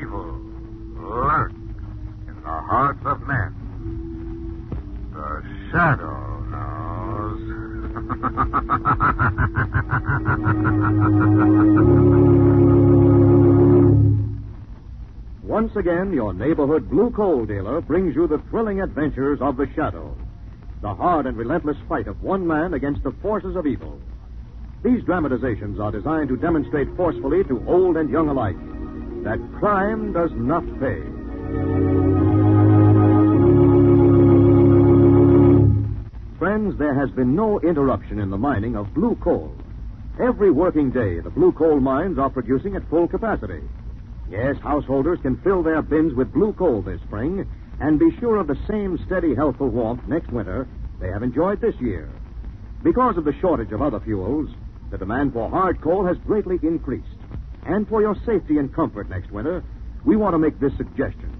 evil lurks in the hearts of men. The shadow knows. Once again, your neighborhood blue coal dealer brings you the thrilling adventures of the shadow, the hard and relentless fight of one man against the forces of evil. These dramatizations are designed to demonstrate forcefully to old and young alike that crime does not pay. Friends, there has been no interruption in the mining of blue coal. Every working day, the blue coal mines are producing at full capacity. Yes, householders can fill their bins with blue coal this spring and be sure of the same steady, healthful warmth next winter they have enjoyed this year. Because of the shortage of other fuels, the demand for hard coal has greatly increased. And for your safety and comfort next winter, we want to make this suggestion.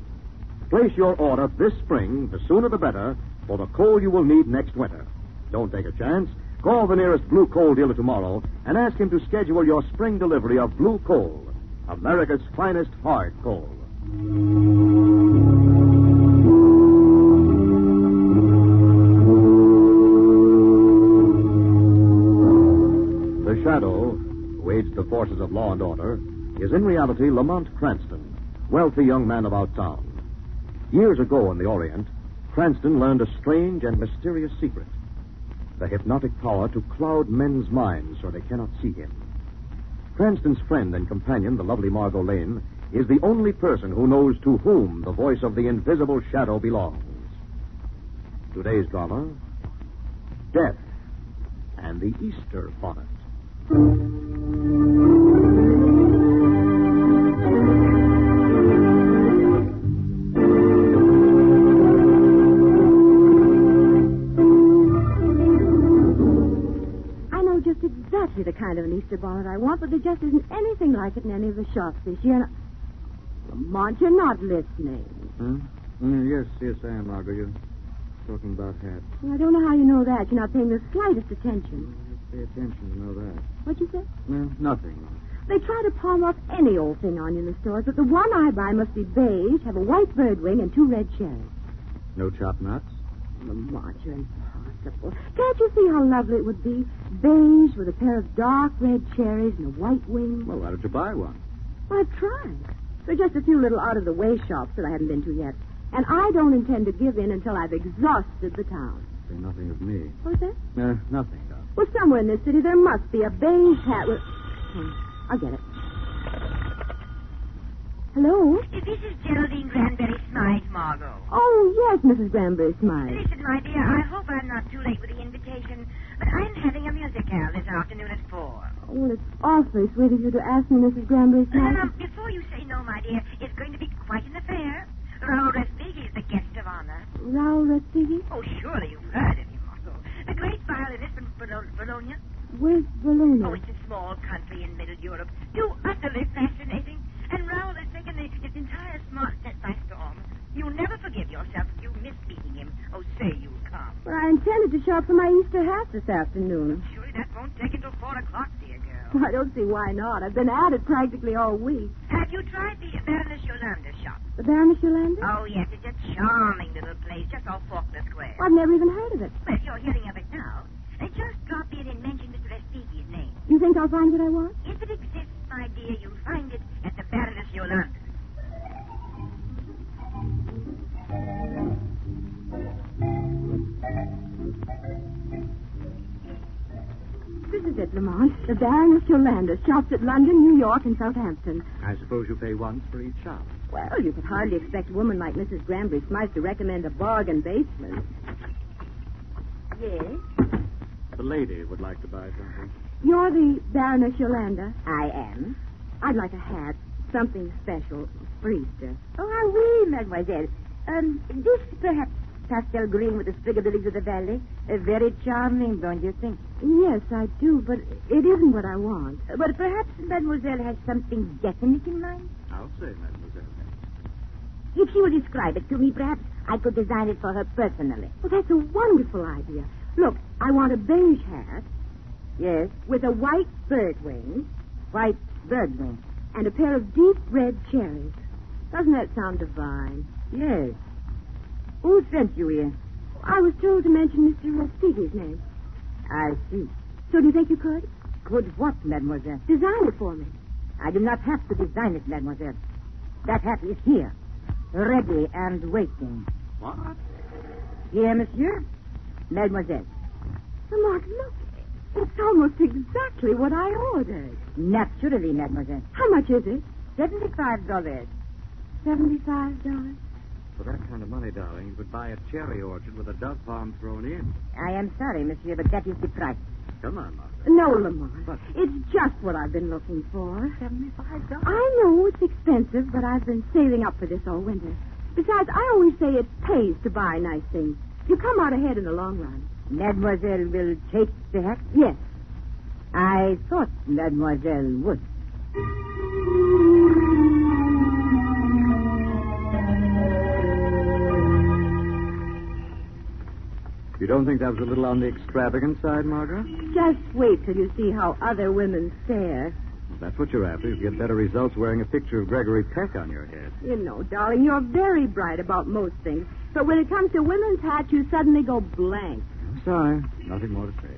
Place your order this spring, the sooner the better, for the coal you will need next winter. Don't take a chance. Call the nearest blue coal dealer tomorrow and ask him to schedule your spring delivery of blue coal, America's finest hard coal. The Shadow, who aids the forces of law and order, is in reality Lamont Cranston, wealthy young man about town. Years ago in the Orient, Cranston learned a strange and mysterious secret the hypnotic power to cloud men's minds so they cannot see him. Cranston's friend and companion, the lovely Margot Lane, is the only person who knows to whom the voice of the invisible shadow belongs. Today's drama Death and the Easter Bonnet. I know just exactly the kind of an Easter bonnet I want, but there just isn't anything like it in any of the shops this year. And I- Lamont, you're not listening. Hmm? Mm, yes, yes, I am, Margaret. You're talking about hats. Well, I don't know how you know that. You're not paying the slightest attention. Pay attention to know that. What'd you say? No, nothing. They try to palm off any old thing on you in the stores, but the one I buy must be beige, have a white bird wing, and two red cherries. No chopped nuts? Lamont, you're impossible. Can't you see how lovely it would be? Beige with a pair of dark red cherries and a white wing. Well, why don't you buy one? Well, I've tried. There are just a few little out of the way shops that I haven't been to yet. And I don't intend to give in until I've exhausted the town. Say nothing of me. What's that? Uh, No, nothing, Doc. Well, somewhere in this city there must be a beige hat with. Hmm, I'll get it. Hello? This is Geraldine Granberry Smythe, Margot. Oh, yes, Mrs. Granbury Smythe. Listen, my dear, I hope I'm not too late with the invitation, but I'm having a musicale this afternoon at four. Oh, well, it's awfully sweet of you to ask me, Mrs. Granbury Now, Smythe. now, um, before you say no, my dear, it's going to be quite an affair. Raoul Respighi is the guest of honor. Raoul Rastigi? Oh, surely you've heard of him, Margot. The great violinist from Bolo- Bologna. Where's Oh, Bologna? it's a small country in Middle Europe. Too utterly fascinating. And Raoul has taken the, his entire smartness by storm. You'll never forgive yourself if you miss meeting him. Oh, say you come. Well, I intended to shop for my Easter hat this afternoon. Surely that won't take until four o'clock, dear girl. I don't see why not. I've been at it practically all week. Have you tried the Baroness Yolanda shop? The Baroness Yolanda? Oh, yes, it's a charming little place just off Faulkner Square. I've never even heard of it. Well, you're hearing of it now. They just drop in and mention Mr. Respighi's name. You think I'll find what I want? If it exists, my dear, you'll find it at the Baroness Yolanda. This is it, Lamont. The Baroness Yolanda shops at London, New York, and Southampton. I suppose you pay once for each shop. Well, you could hardly expect a woman like Mrs. Granbury Smythe to recommend a bargain basement. Yes? The lady would like to buy something. You're the Baroness Yolanda. I am. I'd like a hat, something special for Easter. Oh, I will, mademoiselle. Um, this, perhaps, pastel green with the sprig of the lilies of the valley. Uh, very charming, don't you think? Yes, I do, but it isn't what I want. But perhaps mademoiselle has something definite in mind? I'll say, mademoiselle. If she will describe it to me, perhaps I could design it for her personally. Well, that's a wonderful idea. Look, I want a beige hat Yes, with a white bird wing white bird wing. and a pair of deep red cherries. Doesn't that sound divine? Yes. Who sent you here? I was told to mention Mr. Rodriguez's name. I see. So do you think you could? Could what, mademoiselle? Design it for me. I do not have to design it, mademoiselle. That hat is here, ready and waiting. What? Here, monsieur. Mademoiselle, Lamont, look. It's almost exactly what I ordered. naturally, mademoiselle. How much is it? Seventy-five dollars. Seventy-five dollars. For that kind of money, darling, you could buy a cherry orchard with a dove palm thrown in. I am sorry, monsieur, but that is the price. Come on, Margaret. No, Lamont. But- It's just what I've been looking for. Seventy-five dollars. I know it's expensive, but I've been saving up for this all winter. Besides, I always say it pays to buy nice things. You come out ahead in the long run. Mademoiselle will take the hat. Yes. I thought mademoiselle would. You don't think that was a little on the extravagant side, Margaret? Just wait till you see how other women fare. If that's what you're after. You get better results wearing a picture of Gregory Peck on your head. You know, darling, you're very bright about most things. But when it comes to women's hats, you suddenly go blank. I'm sorry. Nothing more to say.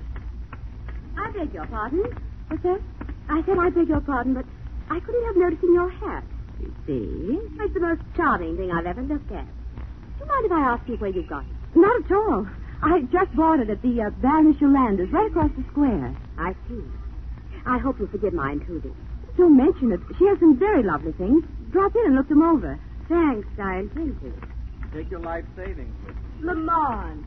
I beg your pardon. What's that? I said I beg your pardon, but I couldn't help noticing your hat. You see? It's the most charming thing I've ever looked at. Do you mind if I ask you where you got it? Not at all. I just bought it at the uh, Baroness Yolanda's, right across the square. I see. I hope you'll forgive my intruding. Don't mention it. She has some very lovely things. Drop in and look them over. Thanks, I intend to. Take your life savings. Lamont.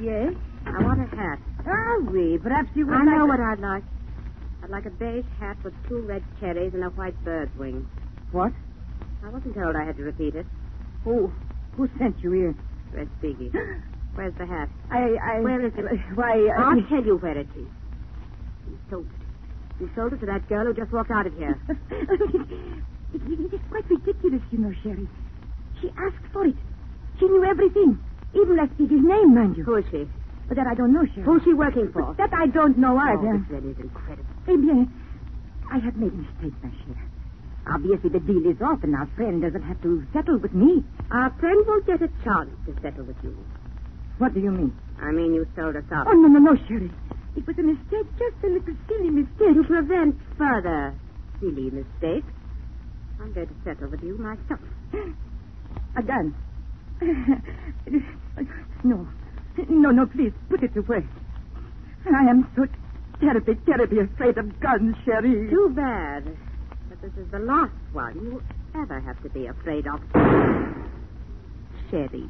Yes? I want a hat. Are we? Oh, Perhaps you would I like know to- what I'd like. I'd like a beige hat with two red cherries and a white bird wing. What? I wasn't told I had to repeat it. Who? Who sent you here? Respighi. Where's the hat? I, I. Where is it? Why, uh, I. I'll tell you where it is. You sold it. You sold it to that girl who just walked out of here. it, it is quite ridiculous, you know, Sherry. She asked for it. She knew everything. Even left his name, mind you. who is she? But that I don't know, Sherry. Who's she working for? But That I don't know Oh, either. this really is incredible. Eh bien, I have made a mistake, my Sherry. Obviously, the deal is off, and our friend doesn't have to settle with me. Our friend won't get a chance to settle with you. What do you mean? I mean, you sold us out. Oh, no, no, no, Sherry. It was a mistake, just a little silly mistake. To prevent further silly mistakes, I'm going to settle with you myself. A gun. no. No, no, please, put it away. I am so terribly, terribly afraid of guns, Sherry. Too bad. But this is the last one you ever have to be afraid of. Sherry.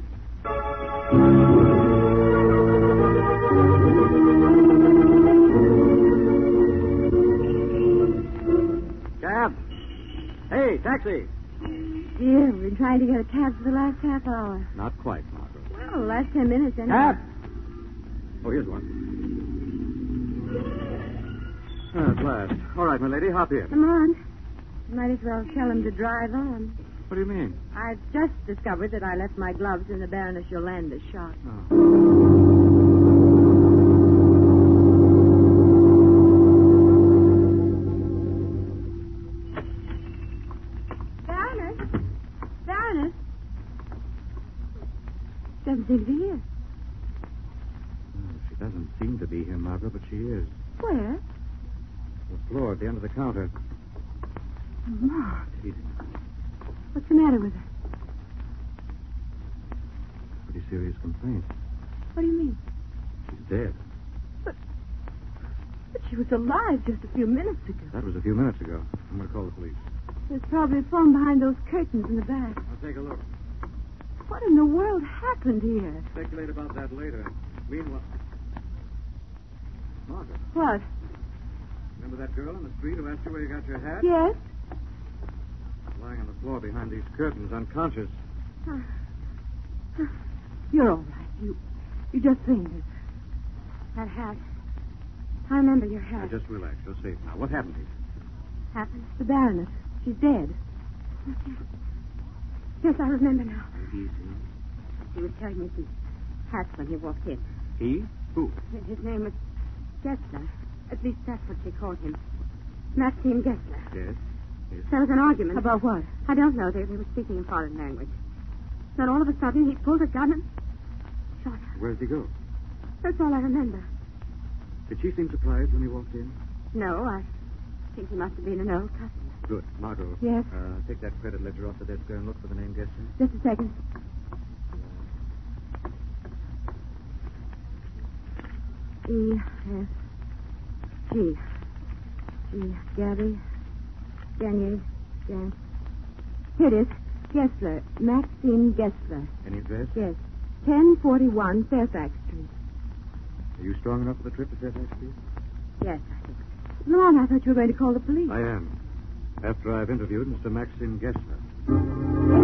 Cab! Hey, taxi! Dear, we've been trying to get a cab for the last half hour. Not quite, Margaret. Well, the last ten minutes, anyway. Cab! Oh, here's one. Ah, At last. All right, my lady, hop in. Come on. Might as well tell him to drive on. What do you mean? I've just discovered that I left my gloves in the Baroness Yolanda's shop. Baroness? Baroness? Doesn't seem to be here. She doesn't seem to be here, Margaret, but she is. Where? The floor at the end of the counter. Lamont. Eating. What's the matter with her? Pretty serious complaint. What do you mean? She's dead. But she was alive just a few minutes ago. That was a few minutes ago. I'm going to call the police. There's probably a phone behind those curtains in the back. I'll take a look. What in the world happened here? Speculate about that later. Meanwhile. Margaret, What? remember that girl on the street who asked you where you got your hat? Yes? Lying on the floor behind these curtains, unconscious. You're all right. You, you just fainted. That hat. I remember your Now, hat. just relax. You're safe now. What happened here? Happened? The Baroness. She's dead. Yes, I remember now. He was carrying his hat when he walked in. He? Who? His name was Gessler. At least that's what she called him. Maxine Gessler. Yes? There was an argument. About what? I don't know. They, they were speaking a foreign language. Then all of a sudden, he pulled a gun and shot her. Where did he go? That's all I remember. Did she seem surprised when he walked in? No, I think he must have been an old customer. Good. Margot. Yes? Uh, take that credit ledger off the desk there and look for the name Gessler. Just a second. E S G. G. Gabby. Daniel. Dan. Here it is. Gessler. Maxine Gessler. Any address? Yes. 1041 Fairfax Street. Are you strong enough for the trip to Fairfax Street? Yes, I think. Lon, I thought you were going to call the police. I am. After I've interviewed Mr. Maxim Gessler.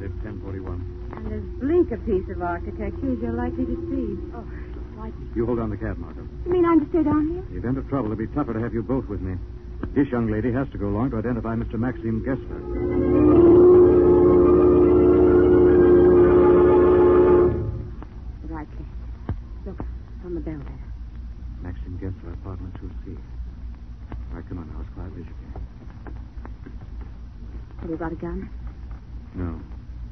This is 1041. And as bleak a piece of architecture as you're likely to see. Oh, why? You hold on the cab, Margot. You mean I'm to stay down here? In the event of trouble, it'd be tougher to have you both with me. This young lady has to go along to identify Mr. Maxim Gessler. The right place. Look, on the bell there. Maxim Gessler, apartment 2C. All right, come on now, as quietly as you can. Have you got a gun? No.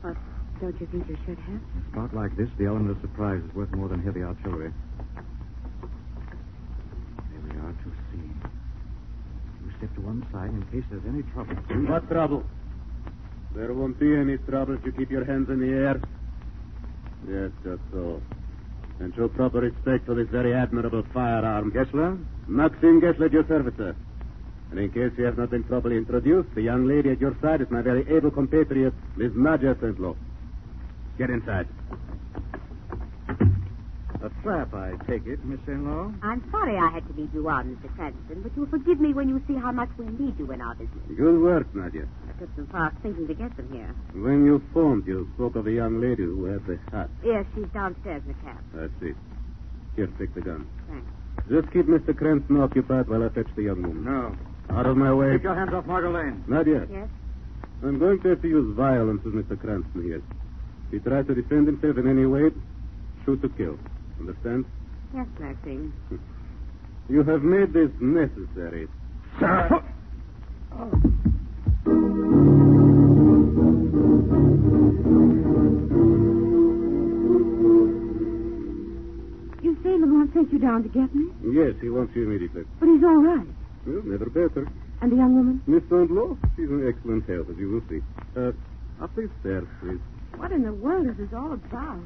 Or don't you think you should have? In a spot like this, the element of surprise is worth more than heavy artillery. There we are, 2C. You step to one side in case there's any trouble. What trouble? There won't be any trouble if you keep your hands in the air. Yes, just so. And show proper respect for this very admirable firearm. Gessler? Maxim Gessler, at your service, sir. And in case you have not been properly introduced, the young lady at your side is my very able compatriot, Miss Nadja St. Lo. Get inside. A trap, I take it, Miss St. Law? I'm sorry I had to leave you on, Mr. Cranston, but you'll forgive me when you see how much we need you in our business. Good work, Nadia. I took some parts thinking to get them here. When you phoned, you spoke of a young lady who had the hat. Yes, she's downstairs in the cab. I see. Here, take the gun. Thanks. Just keep Mr. Cranston occupied while I fetch the young woman. No. Out of my way. Take your hands off Margot Lane. Nadia, Yes? I'm going to have to use violence with Mr. Cranston here. If he tries to defend himself in any way, shoot to kill. Understand? Yes, Maxine. You have made this necessary. Sir! You say Lamont sent you down to get me? Yes, he wants you immediately. But he's all right. Well, never better. And the young woman? Miss St. Law, she's in excellent health, as you will see. Uh, up these stairs, please. What in the world is this all about?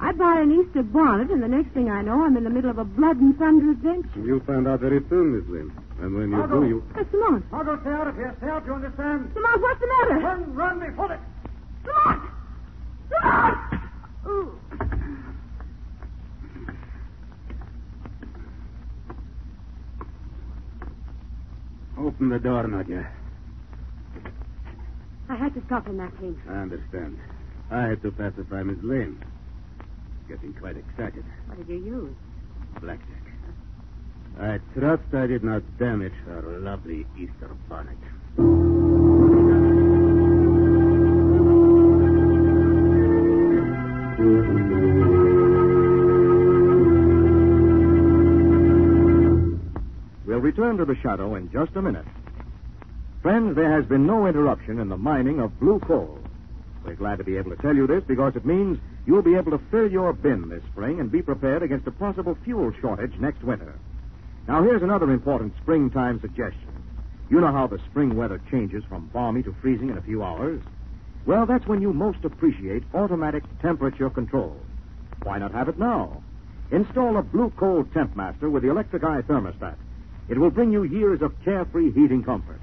I buy an Easter bonnet, and the next thing I know, I'm in the middle of a blood and thunder adventure. You'll find out very soon, Miss Lynn. And when you do, you... That's Lamont. Margot, stay out of here. Stay out, you understand? Lamont, what's the matter? Run, run before the... Lamont! Lamont! Ooh. Open the door, Nadia. I had to stop him, Maxine. I understand. I had to pacify Miss Lane. Getting quite excited. What did you use? Blackjack. I trust I did not damage her lovely Easter bonnet. We'll return to the shadow in just a minute. Friends, there has been no interruption in the mining of blue coal. We're glad to be able to tell you this because it means you'll be able to fill your bin this spring and be prepared against a possible fuel shortage next winter. Now, here's another important springtime suggestion. You know how the spring weather changes from balmy to freezing in a few hours? Well, that's when you most appreciate automatic temperature control. Why not have it now? Install a Blue Coal Temp Master with the electric eye thermostat. It will bring you years of carefree heating comfort.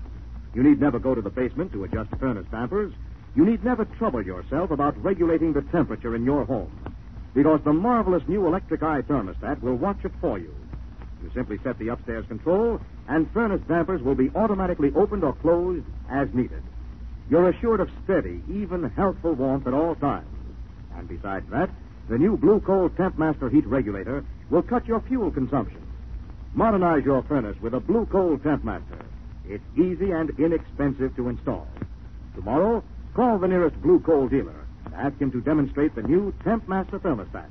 You need never go to the basement to adjust furnace dampers. You need never trouble yourself about regulating the temperature in your home because the marvelous new electric eye thermostat will watch it for you. You simply set the upstairs control, and furnace dampers will be automatically opened or closed as needed. You're assured of steady, even healthful warmth at all times. And besides that, the new Blue Coal Temp Master heat regulator will cut your fuel consumption. Modernize your furnace with a Blue Coal Temp Master. It's easy and inexpensive to install. Tomorrow, call the nearest blue coal dealer and ask him to demonstrate the new Temp Master thermostat.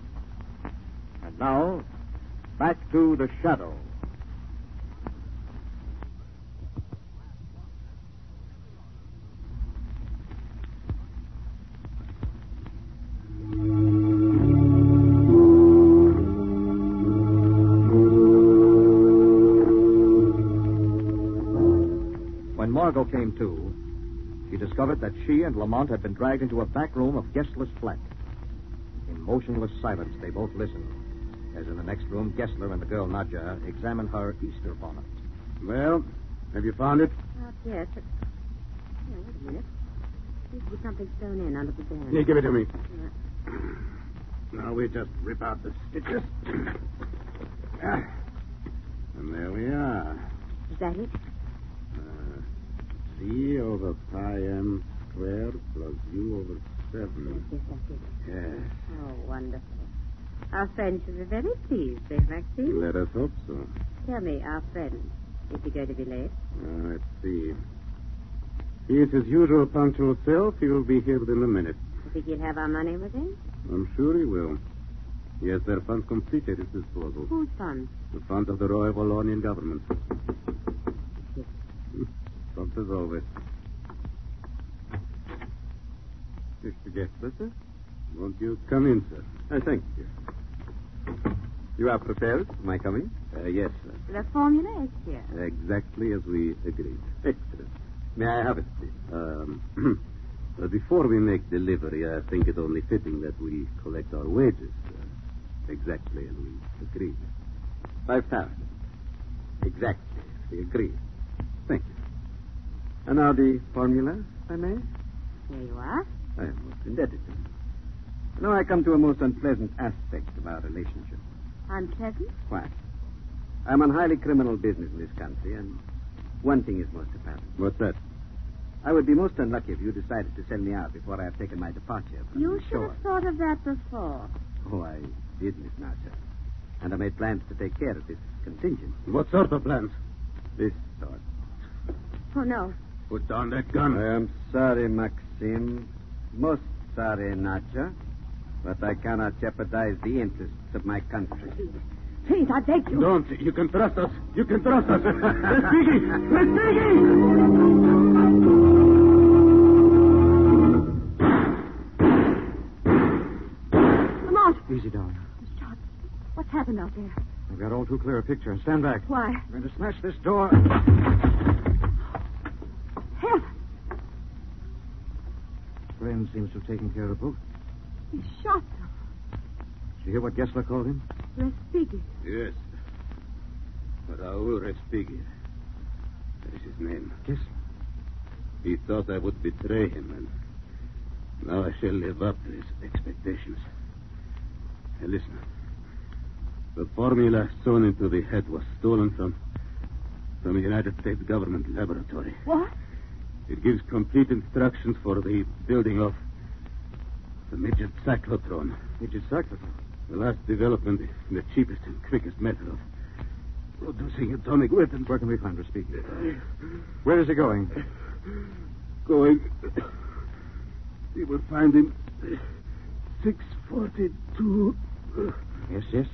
And now, back to the shadow. When Margot came to, she discovered that she and Lamont had been dragged into a back room of Gessler's flat. In motionless silence, they both listened. As in the next room, Gessler and the girl Nadja examined her Easter bonnet. Well, have you found it? Not yet. But... Yeah, wait a minute. Seems to be something sewn in under the band. Yeah, give it to me. Yeah. Now we just rip out the stitches. Ah. And there we are. Is that it? Uh, C over pi m squared plus u over 7. Yes, that's it. Yes. Oh, wonderful. Our friend should be very pleased, eh, Maxine? Let us hope so. Tell me, our friend, is he going to be late? Uh, let's see. He is his usual punctual self. He will be here within a minute. You think he'll have our money with him? I'm sure he will. He has their funds completely at his disposal. Who's fun? The funds of the Royal Wallonian government. Yes. Prompt as always. Mr. Gessler, sir? eh? Won't you come in, sir? I Uh, thank you. You are prepared for my coming? Uh, yes, sir. The formula is here. Exactly as we agreed. Excellent. May I have it, please? Um, uh, before we make delivery, I think it only fitting that we collect our wages. Uh, exactly as we agreed. Five thousand. Exactly. We agree. Thank you. And now the formula, if I may? Here you are. I am most indebted to you. You know, I come to a most unpleasant aspect of our relationship. Unpleasant? Why? I'm on highly criminal business in this country, and one thing is most apparent. What's that? I would be most unlucky if you decided to sell me out before I have taken my departure from You the should shore. have thought of that before. Oh, I did, Miss Nasha. And I made plans to take care of this contingent. What sort of plans? This sort. Oh, no. Put down that gun. I am sorry, Maxim. Most sorry, Nacha. But I cannot jeopardize the interests of my country. Please, I beg you. Don't. You can trust us. You can trust us. Let's dig Let's Lamont, Easy, darling. what's happened out there? I've got all too clear a picture. Stand back. Why, I'm going to smash this door. help! Friend seems to have taken care of both. He shot them. Did you hear what Gessler called him? Respighi. Yes. Raoul Respighi. That is his name. Gessler. He thought I would betray him, and now I shall live up to his expectations. Now listen. The formula sewn into the head was stolen from from the United States government laboratory. What? It gives complete instructions for the building of the midget cyclotron. Midget cyclotron. The last development, the cheapest and quickest method of producing atomic weapons. Where can we find Respighi? Where is he going? Going. You will find him. 642. Yes, yes.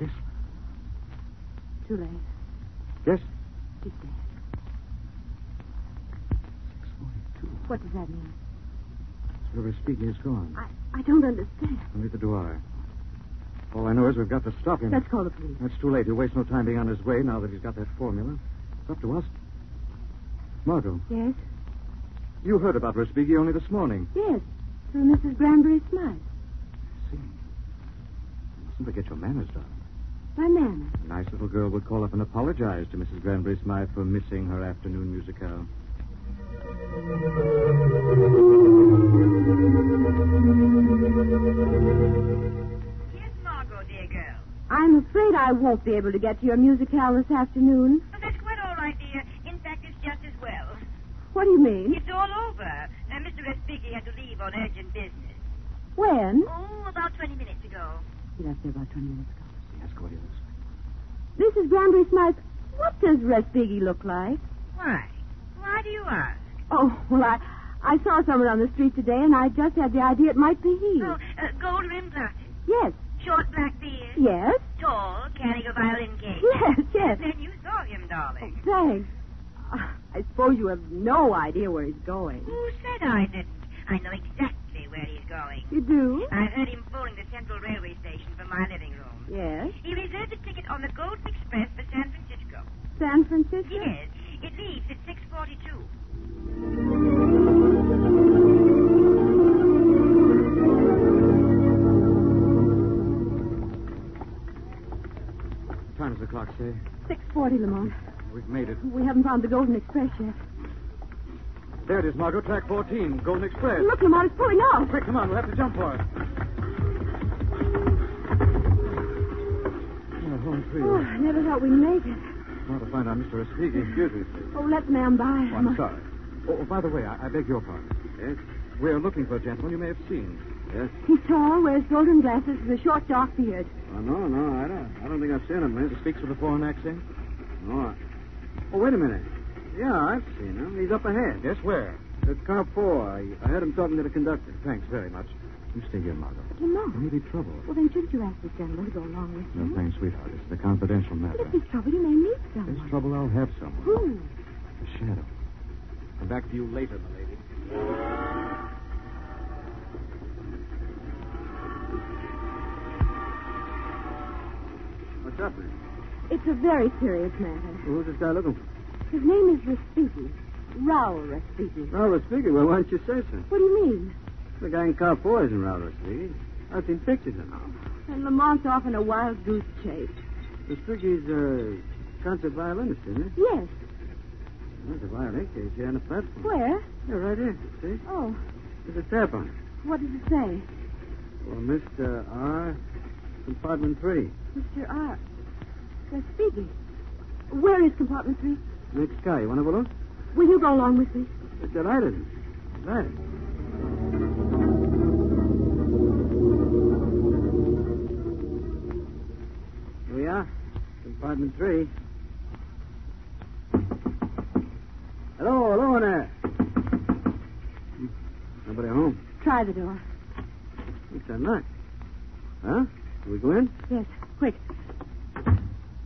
Yes. Too late. Yes. He's dead. What does that mean? Where Respighi is gone. I, I don't understand. Neither do I. All I know is we've got to stop him. Let's call the police. That's too late. He'll waste no time being on his way now that he's got that formula. It's up to us. Margot, Yes? you heard about Respighi only this morning. Yes. Through Mrs. Granbury's Smythe. See. You mustn't forget your manners, darling. My man. A nice little girl would call up and apologize to Mrs. Granbury Smythe for missing her afternoon musicale. Yes, Margot, dear girl. I'm afraid I won't be able to get to your musicale this afternoon. Oh, that's quite all right, dear. In fact, it's just as well. What do you mean? It's all over. Uh, Mr. Respighi had to leave on urgent business. When? Oh, about 20 minutes ago. He left there about 20 minutes ago. Yes, Cordelis. Mrs. Granbury Smythe, what does Respighi look like? Why? Why do you ask? Oh, well, I, I saw someone on the street today, and I just had the idea it might be he. Oh, uh, gold rimmed glasses, Yes, short black beard, yes, tall, carrying a violin case. yes, yes. Oh. Then you saw him, darling. Thanks. Ah, I suppose you have no idea where he's going. Who said I didn't? I know exactly where he's going. You do? I've heard him phoning the Central Railway Station from my living room. Yes. He reserved a ticket on the Golden Express for San Francisco. San Francisco? Yes, it leaves at 6.42. What time does the clock say? 6.40, Lamont. We've made it. We haven't found the Golden Express yet. There it is, Margot. Track 14, Golden Express. Look, Lamont, it's pulling off. Quick, come on. We'll have to jump for it. Oh, home free. Oh, I never thought we'd make it. Now to find out Mr. Espeaky. Excuse me, please. Oh, let man by. Oh, I'm sorry. Oh, by the way, I, I beg your pardon. Yes? We're looking for a gentleman you may have seen. Yes? He's tall, wears golden glasses, with a short, dark beard. Oh, no, no, I don't. I don't think I've seen him, miss. He speaks with a foreign accent? No. Oh, wait a minute. Yeah, I've seen him. He's up ahead. Yes, where? At car four. I, I heard him talking to the conductor. Thanks very much. You stay here, Margot. Lamont. There may be trouble. Well, then shouldn't you ask this gentleman to go along with you? No, thanks, sweetheart. It's the confidential But matter. if there's trouble, you may meet someone. There's trouble, I'll have someone. Who? The shadow. Come back to you later, my lady. What's up, man? It's a very serious matter. Who's this guy looking for? His name is Rafiki. Raoul Rafiki. Raul Respighi. Well, why don't you say so? What do you mean? The guy in car four isn't Raul Respighi. I've seen pictures of him. And Lamont's off in a wild goose chase. Respighi's a uh, concert violinist, isn't he? Yes. There's a violin case here on the platform. Where? Yeah, right here. See? Oh, There's a tap on it. what does it say? Well, Mr. R, compartment three. Mr. R. Rafiki. Where is compartment three? Next car. You want to have a look? Will you go along with me? It's delighted. Right. Here we are. Compartment three. Hello, hello in there. Hmm, Nobody home. Try the door. It's a knock. Huh? Can we go in? Yes, quick.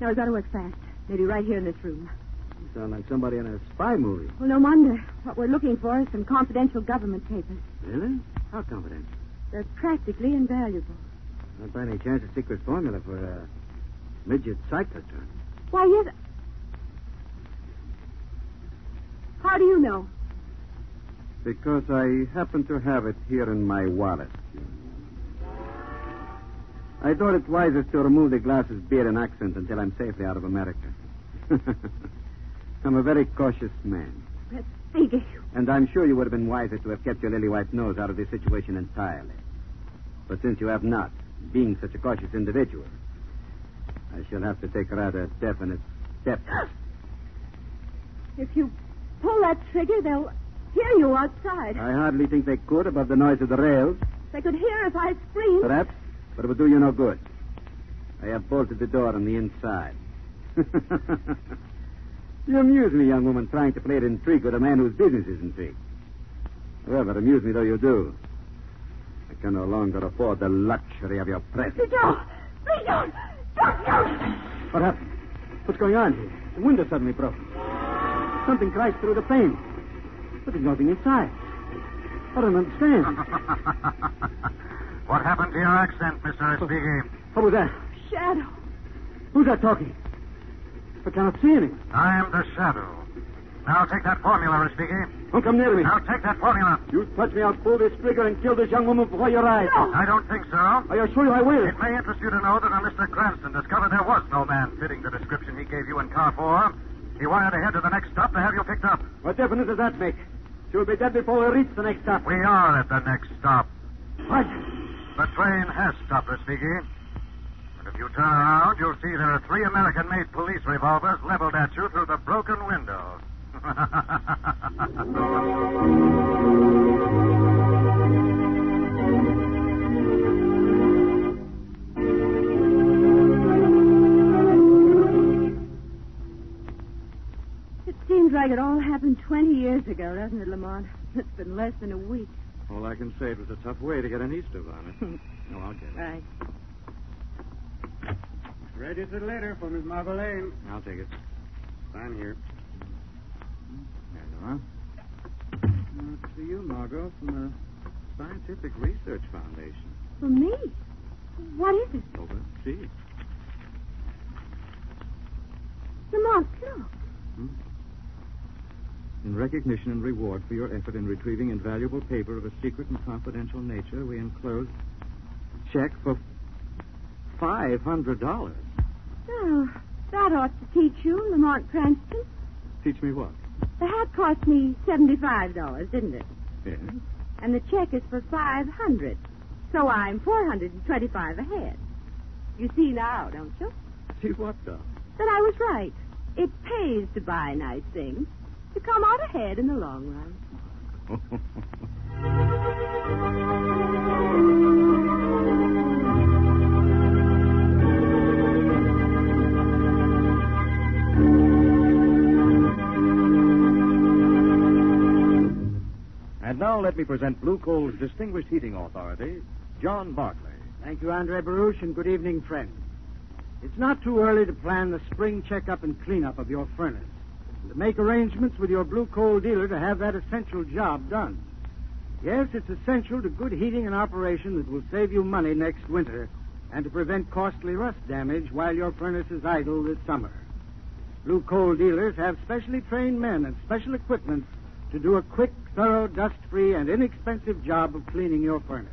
Now we've got to work fast. Maybe right here in this room. You sound like somebody in a spy movie. Well, no wonder. What we're looking for is some confidential government papers. Really? How confident? They're practically invaluable. Not by any chance a secret formula for a midget cyclist, huh? Why, yes. How do you know? Because I happen to have it here in my wallet. I thought it wisest to remove the glasses, beard, and accent until I'm safely out of America. I'm a very cautious man, Let's figure. and I'm sure you would have been wiser to have kept your lily white nose out of this situation entirely. But since you have not, being such a cautious individual, I shall have to take rather definite steps. If you pull that trigger, they'll hear you outside. I hardly think they could above the noise of the rails. They could hear if I screamed. Perhaps, but it will do you no good. I have bolted the door on the inside. you amuse me, young woman, trying to play at intrigue with a man whose business is intrigue. However, amuse me though you do. I can no longer afford the luxury of your presence. don't. Please don't. Don't, don't. What happened? What's going on here? The window suddenly broke. Something crashed through the pane. But there's nothing inside. I don't understand. what happened to your accent, Mr. Speaking? What was that? Shadow. Who's that talking? I cannot see anyone. I am the Shadow. Now take that formula, Speaking. Don't come near me. Now take that formula. You touch me, I'll pull this trigger and kill this young woman before your eyes. I don't think so. I assure you I will. It may interest you to know that when Mr. Cranston discovered there was no man fitting the description he gave you in car four, he wired ahead to the next stop to have you picked up. What difference does that make? She'll be dead before we reach the next stop. We are at the next stop. What? The train has stopped, Rafiki. And if you turn around, you'll see there are three American made police revolvers leveled at you through the broken window. It seems Seems like it all happened 20 years ago, doesn't it, Lamont? It's been less than a week. All I can say, it was a tough way to get an Easter bonnet. no, I'll get it. Right. Uh, Registered letter for Miss Margolaine. I'll take it. Sign here. There you are. Now, it's for you, Margot, from the Scientific Research Foundation. For me? What is it? Over. See it. Lamont, look. In recognition and reward for your effort in retrieving invaluable paper of a secret and confidential nature, we enclose a check for $500. Oh, that ought to teach you, Lamont Cranston. Teach me what? The hat cost me $75, didn't it? Yes. And the check is for 500 So I'm 425 ahead. You see now, don't you? See what, though? That I was right. It pays to buy nice things, to come out ahead in the long run. And now let me present Blue Coal's distinguished heating authority, John Barclay. Thank you, Andre Baruch, and good evening, friends. It's not too early to plan the spring checkup and cleanup of your furnace, and to make arrangements with your blue coal dealer to have that essential job done. Yes, it's essential to good heating and operation that will save you money next winter and to prevent costly rust damage while your furnace is idle this summer. Blue coal dealers have specially trained men and special equipment to do a quick, thorough, dust free, and inexpensive job of cleaning your furnace.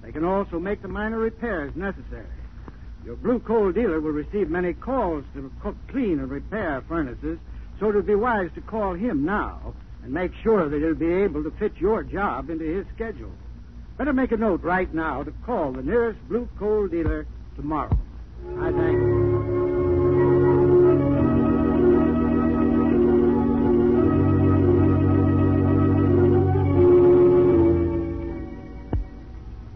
They can also make the minor repairs necessary. Your blue coal dealer will receive many calls to cook, clean, and repair furnaces, so it would be wise to call him now and make sure that he'll be able to fit your job into his schedule. Better make a note right now to call the nearest blue coal dealer tomorrow. I thank you.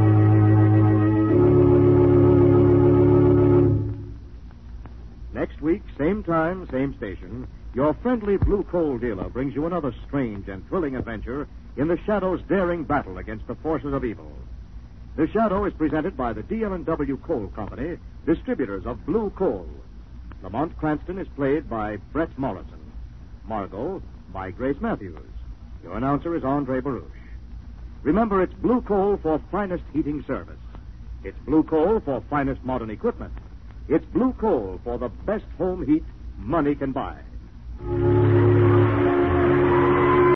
Next week, same time, same station, your friendly blue coal dealer brings you another strange and thrilling adventure in the Shadow's daring battle against the forces of evil. The Shadow is presented by the DL&W Coal Company, distributors of blue coal. Lamont Cranston is played by Brett Morrison. Margot by Grace Matthews. Your announcer is Andre Baruch. Remember, it's blue coal for finest heating service. It's blue coal for finest modern equipment. It's blue coal for the best home heat money can buy.